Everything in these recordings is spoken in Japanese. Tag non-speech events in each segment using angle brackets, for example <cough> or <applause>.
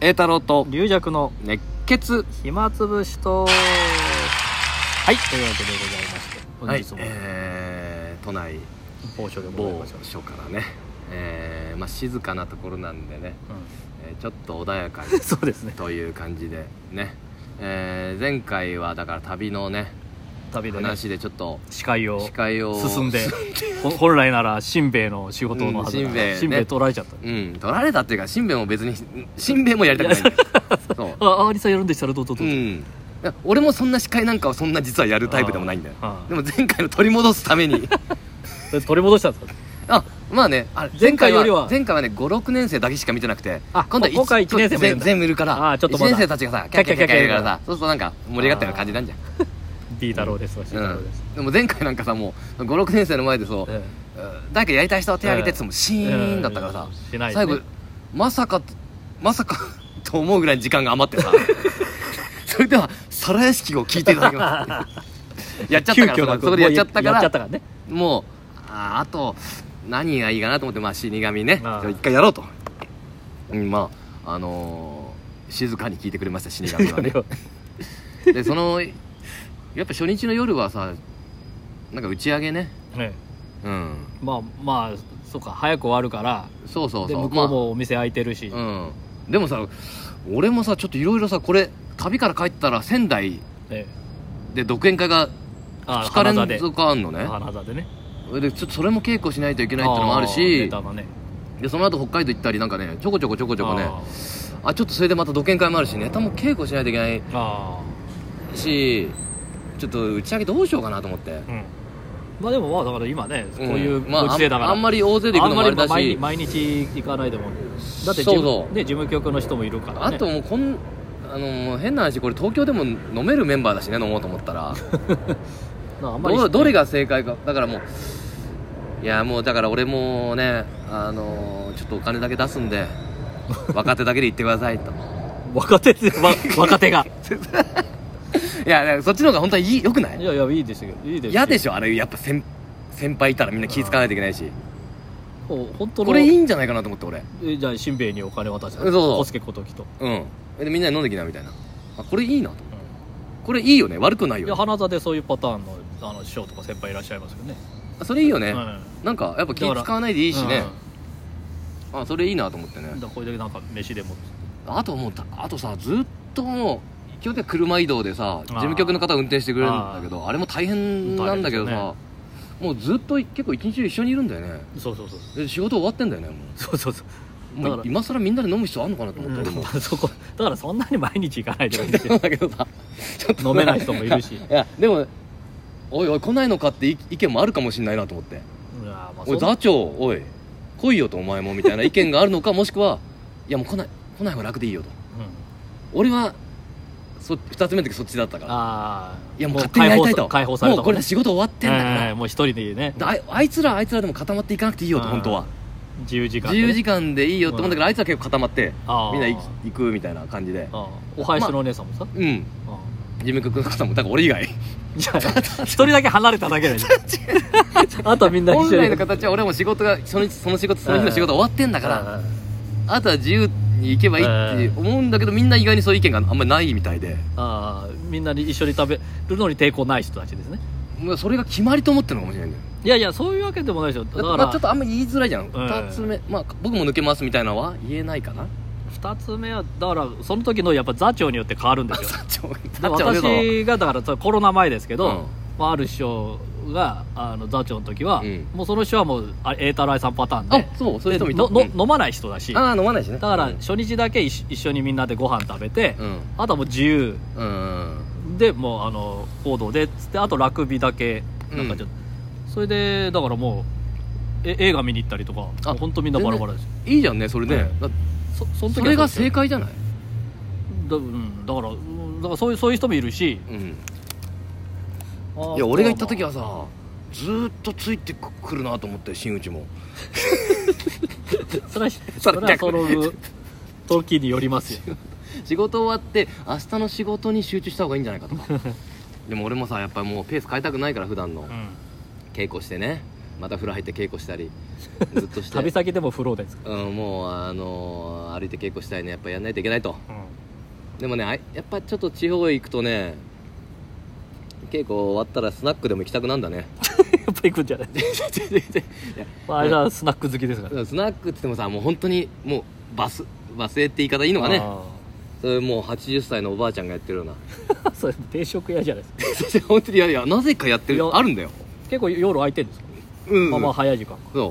栄太郎と龍尺の熱血暇つぶしとはいというわけでございまして本日もえー、都内某所でござい某ましょう、所からね、えーまあ、静かなところなんでね、えーちょっと穏やかにうん <laughs> そうですねという感じでね、えー前回はだから旅のね旅でね話でちょっと司会を司会を進んでほ本来なら新兵衛の仕事のはずうん新兵衛ね新兵衛取られちゃったうん取られたっていうかしんべヱも別にしんべヱもやり <laughs> たくないんだよそうあありさんやるんでしたらどうぞどううぞ、ん、俺もそんな司会なんかをそんな実はやるタイプでもないんだよあーでも前回の取り戻すためにで取り戻したんですかあまあねあれ前回よりは前回はね56年生だけしか見てなくてあ今度ここからは一年生もいる全んだ全部いるからあーちょっと1まだ年生たちがさキャッキャッキャッキャッやるからさそうするとなんか盛り上がったような感じなんじゃん B 太郎ですわ C 太郎です、うん、でも前回なんかさもう56年生の前でそう、えうん誰かやりたい人は手挙げてっつってもシーンだったからさ、ええしないです最ね後まさかまさかと思うぐらい時間が余ってさそれでは皿屋敷を聞いていただきますやっちゃったからそこでやっちゃったかやっちゃっらたからねもうああと何がいいかなと思って、まあ、死神ねああ一回やろうと、うん、まああのー静かに聞いてくれました死神は <laughs> ねでそのやっぱ初日の夜はさなんか打ち上げねねうんまあまあそうか早く終わるからそうそうでそう向こうもお店開いてるし、まあうん、でもさ俺もさちょっといろいろさこれ旅から帰ったら仙台ええで独演会があ2日花座連で続あんのね花座でねでちょっとそれも稽古しないといけないってのもあるーネしタだねでその後北海道行ったりなんかねちょこちょこちょこちょこねああちょっとそれでまた独演会もあるしネタも稽古しないといけないーあしちょっと打ち上げどうしようかなと思ってーうんまあでもまあだから今ねこういうまごあ時世だから、あんあんまり大勢で行くのもあれだあんまりし毎日毎日行かないでもだって事そう務そうね、事務局の人もいるから、あね、ともうこんあのもう変な話これ東京でも飲めるメンバーだしね飲もうと思ったらな <laughs> あんまりどどれが正解かだからもういやもうだから俺もねあのーちょっとお金だけ出すん <laughs> で若手だけで行ってくださいと若手って、 <laughs> わ若手がいやだからそっちの方が本当はいいよくないいやいやいいですよいいです嫌でししょあれやっぱ先先輩いたらみんな気使わないといけないしょ本当のこれいいんじゃないかなと思って俺えじゃあしんべヱにお金渡してそうそう小助こときと、うんでみんなで飲んできなみたいなあこれいいなとこれいいよね悪くないいやよ花座でそういうパターンのあの師匠とか先輩いらっしゃいますよねあそれいいよね、うんなんかやっぱ気だから使わないでいいしねうん、あそれいいなと思ってねだからこれだけなんか飯でもあともうたあとさずっともう基本的には車移動でさ事務局の方運転してくれるんだけどあれも大変なんだけど大さ、もうずっと結構一日中一緒にいるんだよねそうそうそうで仕事終わってんだよねもそうそうそううもだうから今更みんなで飲む必要あんのかなと思って、俺もうんそこだからそんなに毎日行かないでもいいですそうよ <laughs> だけどさちょっと飲めない人もい <laughs> るしいやでもおいおい来ないのかって意意見もあるかもしれないなと思っていやーまあおいそんな座長おい来いよとお前もみたいな意見があるのかもしくはいやもう来ない来ない方が楽でいいよとうん俺はそ2つ目の時そっちだったからああいやもう勝手にやりたいと解放されたもうこれはっ仕事終わってんだから、 <laughs> もう一人でねであいあいつらはあいつらでも固まっていかなくていいよとうん本当は自由時間自でね由時間でいいよって思うんだけどあいつら結構固まってあーみんな行き行くみたいな感じであーお囃子のお姉さんもさうんあ事務局の方もだから俺以 <laughs> 外ーじゃあ一人だけ離れただけ <laughs> であとはみんな本一緒来にの形は俺も仕事がその日その仕事その日の仕事終わってんだからあとは自由に行けばいいって思うんだけどみんな意外にそういう意見があんまりないみたいでああみんなに一緒に食べるのに抵抗ない人たちですねもうそれが決まりと思ってるのかもしれないんだよいやいやそういうわけでもないですよだだかまあらちょっとあんま言いづらいじゃん、ん2つ目まあ僕も抜けますみたいなのは言えない <laughs> かな2つ目はだからその時のやっぱ座長によって変わるんですよ座長で座長ね私がだからそれコロナ前ですけど、うんまあ、ある師匠があの座長の時は、うんもうその人はもうあ栄太郎さんパターンあでそうそういう人もいたののうん飲まない人だしだああ飲まないしねからうん初日だけ一緒一緒にみんなでご飯食べて、うんあとはもう自由うんでもうあの行動でつってあとラグビーだけなんかちょっと、それでだからもうえ映画見に行ったりとかあもう本当みんなバラバラですよいいじゃんねそれね、だそその時そはうれがですよ正解じゃないだ,、うん、だからうんだからそういうそういう人もいるしうんいいや俺が行った時はさずーっとついてくるなと思って新内もそれはそそれれははその時によりますよ <laughs> 仕事終わって明日の仕事に集中した方がいいんじゃない <laughs> かとかでも俺もさやっぱりもうペース変えたくないから普段のうん稽古してねまた風呂入って稽古 <laughs> したりずっとして旅先でも風呂ですかうん、もうあのー歩いて稽古したいねやっぱやんないといけないと <laughs> ら、でもねあいやっぱちょっと地方へ行くとね稽古終わったらスナックでも行きたくなんだ <laughs> ねやっぱ行くんじゃない、いやまあ、あれはスナック好きですから、スナックっつってもさもう本当にもうバスバスへって言い方いいのかねあそれもう80歳のおばあちゃんがやってるような <laughs> ーそれ定食屋じゃないですかそして本当にいやいやなぜかやっているやあるんだよ結構夜空いてるんですか、うん、まあまあ早い時間かそ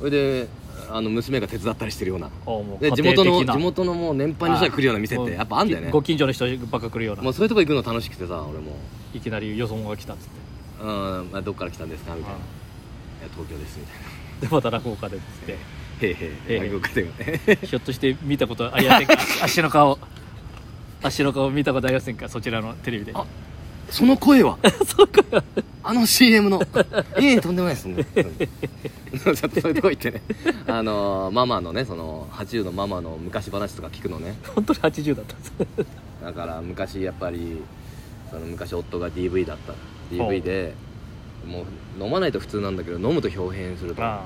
うそれであの娘が手伝ったりしてるようなあーもうで家地庭元の的な地元のもう年配の人が来るような店っはていやっぱあんだよねご近所の人ばっか来るようなもうそういうとこ行くの楽しくてさ俺もいきなりよそ者が来たっつって「うん、まあ、どっから来たんですか?」みたいな「いあや東京です」みたいなーでまた落語家でっつって「へえへへえへええ落語家でもねひょっとして見たことありませんか <laughs> 足の顔足の顔見たことありませんかそちらのテレビであその声 <laughs> はあの CM の <laughs> いえいえとんでもないですもんちょ <laughs> っとそういうとこ行ってねあのママのねその80のママの昔話とか聞くのね本当に80だったんですだから昔やっぱりその昔夫が DV だったほう DV でもう飲まないと普通なんだけど飲むと表変するとあ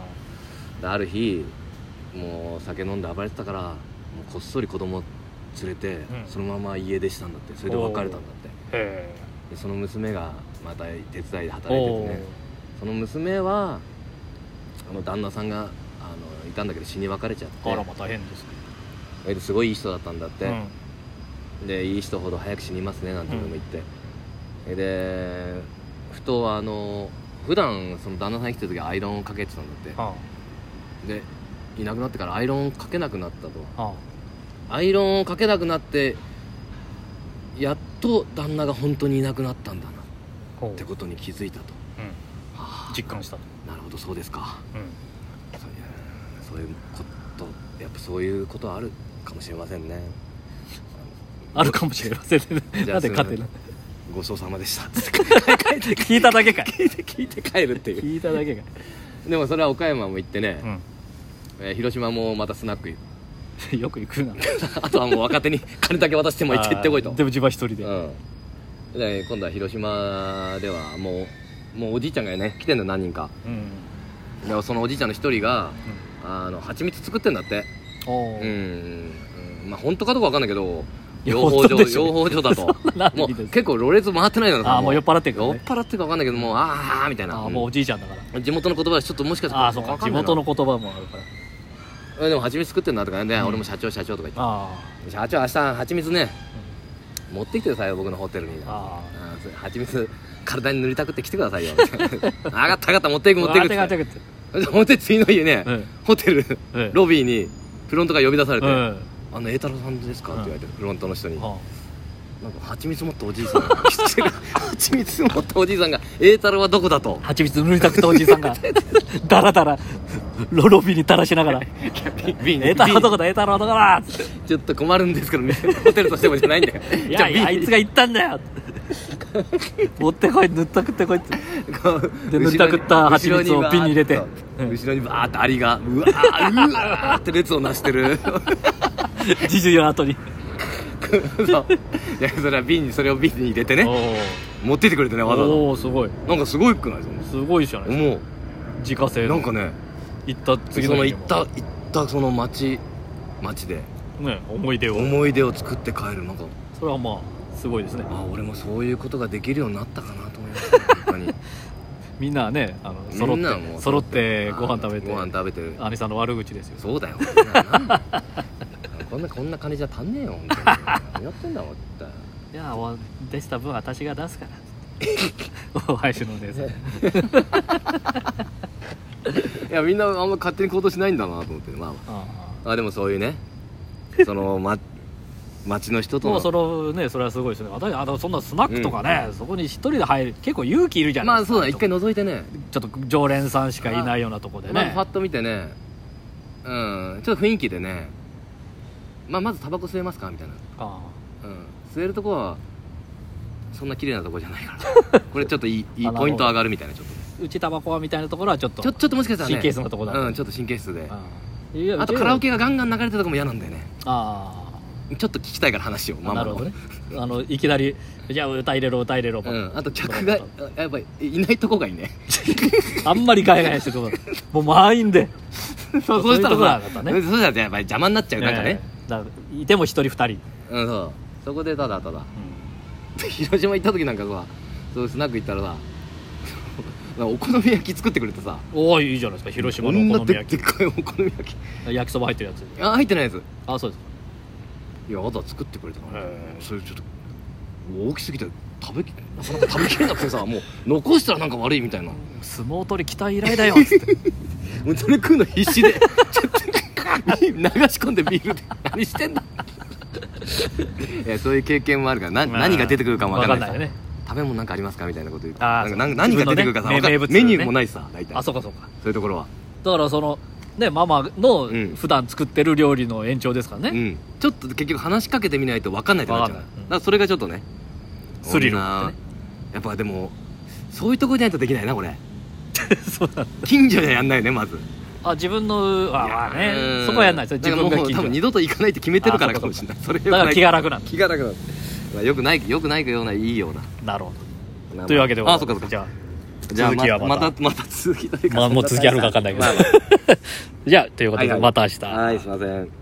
である日もう酒飲んで暴れてたからもうこっそり子供連れて、んそのまま家出したんだってそれで別れたんだってへでその娘がまた手伝いでえ働いておてねその娘はあの旦那さんがあのいたんだけど死に別れちゃっあらてまあ大変ですねえですごいいい人だったんだって、うんでいい人ほど早く死にますねなんていうのも言って、でふとあの普段その旦那さん生きてる時はアイロンをかけてたんだっあてでいなくなってからアイロンをかけなくなったとああアイロンをかけなくなってやっと旦那が本当にいなくなったんだなっあてことに気づいたと、うんはあ実感したとなるほどそうですかうんそういやそういうことやっぱそういうことはあるかもしれませんねあるかもしれませんねじゃなあんで勝てないごちそうさまでしたつって帰って聞いただけかい聞いて聞いて帰るっていう聞いただけかいでもそれは岡山も行ってね、うえー広島もまたスナック行くんよく行くな <laughs> あとはもう若手に金だけ渡しても行って行ってこいとあーでも自分は一人で、うんで今度は広島ではもうもうおじいちゃんがね来てんだよ何人かうんでそのおじいちゃんの一人があの蜂蜜作ってんだっておうーん、うんまあ本当かどうかわかんないけどいや養蜂本当場でしょ養蜂場だと <laughs> そんなものういいです結構ろれつ回ってないのああもう酔っ払ってるから酔っね払ってるかわかんないけどもうああみたいなああもうおじいちゃんだからうん地元の言葉でちょっともしかしたあらあそうかわん地ないな元の言葉もあるからえでも蜂蜜作ってんなとかね、うん俺も社長社長とか言っあて社長明日蜂蜜ねあ持ってきてくださいよ僕のホテルにあああーそれ蜂蜜体に塗りたくって来てくださいよ <laughs> 上がった上がった持っていく持っていくっつあっててがてがて持って次の日ね、うんホテルうんロビーにフロントが呼び出されて「うんあの栄太郎さんですか?」って言われてフロントの人に「あなんか蜂蜜持ったおじいさんが来てる蜂蜜持ったおじいさんが栄太郎はどこだ?」と <laughs> あ蜂蜜塗りたくておじいさん <laughs> がダラダラロロビーに垂らしながら「ビビえたろどこだえたろどこだ!」っつっちょっと困るんですけどみたいなホテルとしてもじゃないんだよて「いじゃやあいやあいつが言ったんだよ」持ってこい塗ったくってこい」ってこうで後ろに塗ったくった蜂蜜を瓶に入れて後ろうんにバーッと後ろにバーってアリがうわーうわーって列をなして <laughs> る24の後にそういやそれは瓶にそれを瓶に入れてねお持ってきてくれてねわざわおーすごいざなんかすごいくないですすごいじゃないかですもか自家製うのなんかね行った次そのの日行にもった行ったその町町でね思い出を思い出を作って帰るなんかそれはまあすごいですねあ俺もそういうことができるようになったかなと思いました本当にみんなねあの <laughs> 揃みんなっもてう揃ってご飯食べてご飯食べてる兄さんの悪口ですよそうだ <laughs> よ。こんなのこんなこんな金じゃ足んねえよ。本当に何やってんだもん。っていやお出した分私が出すから <laughs> お配信のお姉さんいやみんなあんま勝手に行動しないんだなと思って。まあまあああでもそういうね、そ <laughs> のま町の人あともうその。のねそれはすごいですね私あのそんなスナックとかね、そこに一人で入る結構勇気いるじゃなまいであすかそうだ一回覗いてね。ちょっと常連さんしかいないようなとこでね、まあパッと見てね、うんちょっと雰囲気でね、まあまずタバコ吸えますかみたいな。あうん吸えるとこはそんな綺麗なとこじゃないから。 <laughs> これちょっといいいいあなるほどポイント上がるみたいなちょっあうちタバコはみたいなところはちょっとと。ちょちょっともしかしたらね。神経質なとこだうんちょっと神経質で。ああいやあとカラオいケがガンガン流れてるとこも嫌なんだよねやあちょっと聞きたいから話をあママなるのほどねあのいきなり「じゃあ歌入れろ歌入れろ」うん、あと客がやっぱいないとこがいいねあんまり海外の人とかもう満員で <laughs> そう <laughs> そういうところはそまたうねそうしたらやっぱり邪魔になっちゃう、なんかねええだからいても一人二人、うんそうそこでただただ <laughs> 広島行った時なんかさそうスナック行ったらさ <laughs> お好み焼き作ってくれてさおおいいじゃないですか広島こんのなお好みで焼っかいお好み焼きき焼きそば入ってるやつあ入ってないやつあそうですいやあとは作ってくれたからへえそれちょっと大きすぎて食べきなかなか食べきれなくてさもう残したらなんか悪いみたいな相撲取り期待以来だよっつってもうそれ食うの必死でちょっと流し込んでビールで何してんだいやそういう経験もあるからな、 <laughs> まあ何が出てくるかも分かんないわかんないよね食べ物なんかありますかみたいなこと言ってなあーんかなんか何が出てくるかさ、わ自分のねかん名メ物ニねューもないしさ大体あそそうかそうかういうところはだからそのねママのうん普段作ってる料理の延長ですからうね、んちょっと結局話しかけてみないと分かんないってなっちゃうわかんないうんだからそれがちょっとねスリルこんがあなってやっぱでもそういうとこじゃないとできないなこれ <laughs> そうだ近所じゃやんないよねまずあ自分のあまあねそこはやんないですよ自分だがからもう聞多分い二度と行かないって決めてるからかもしれないそれてよくだなからい気が楽なんだ気が楽だまあよくないよくないようないいようななるほまあどというわけでございあそっかそっじかゃあじゃあ続きはまたまたまた続きというかまあもう続きあるか分かんないけど <laughs> じゃあということはいではいまた明日まあまあはいすいません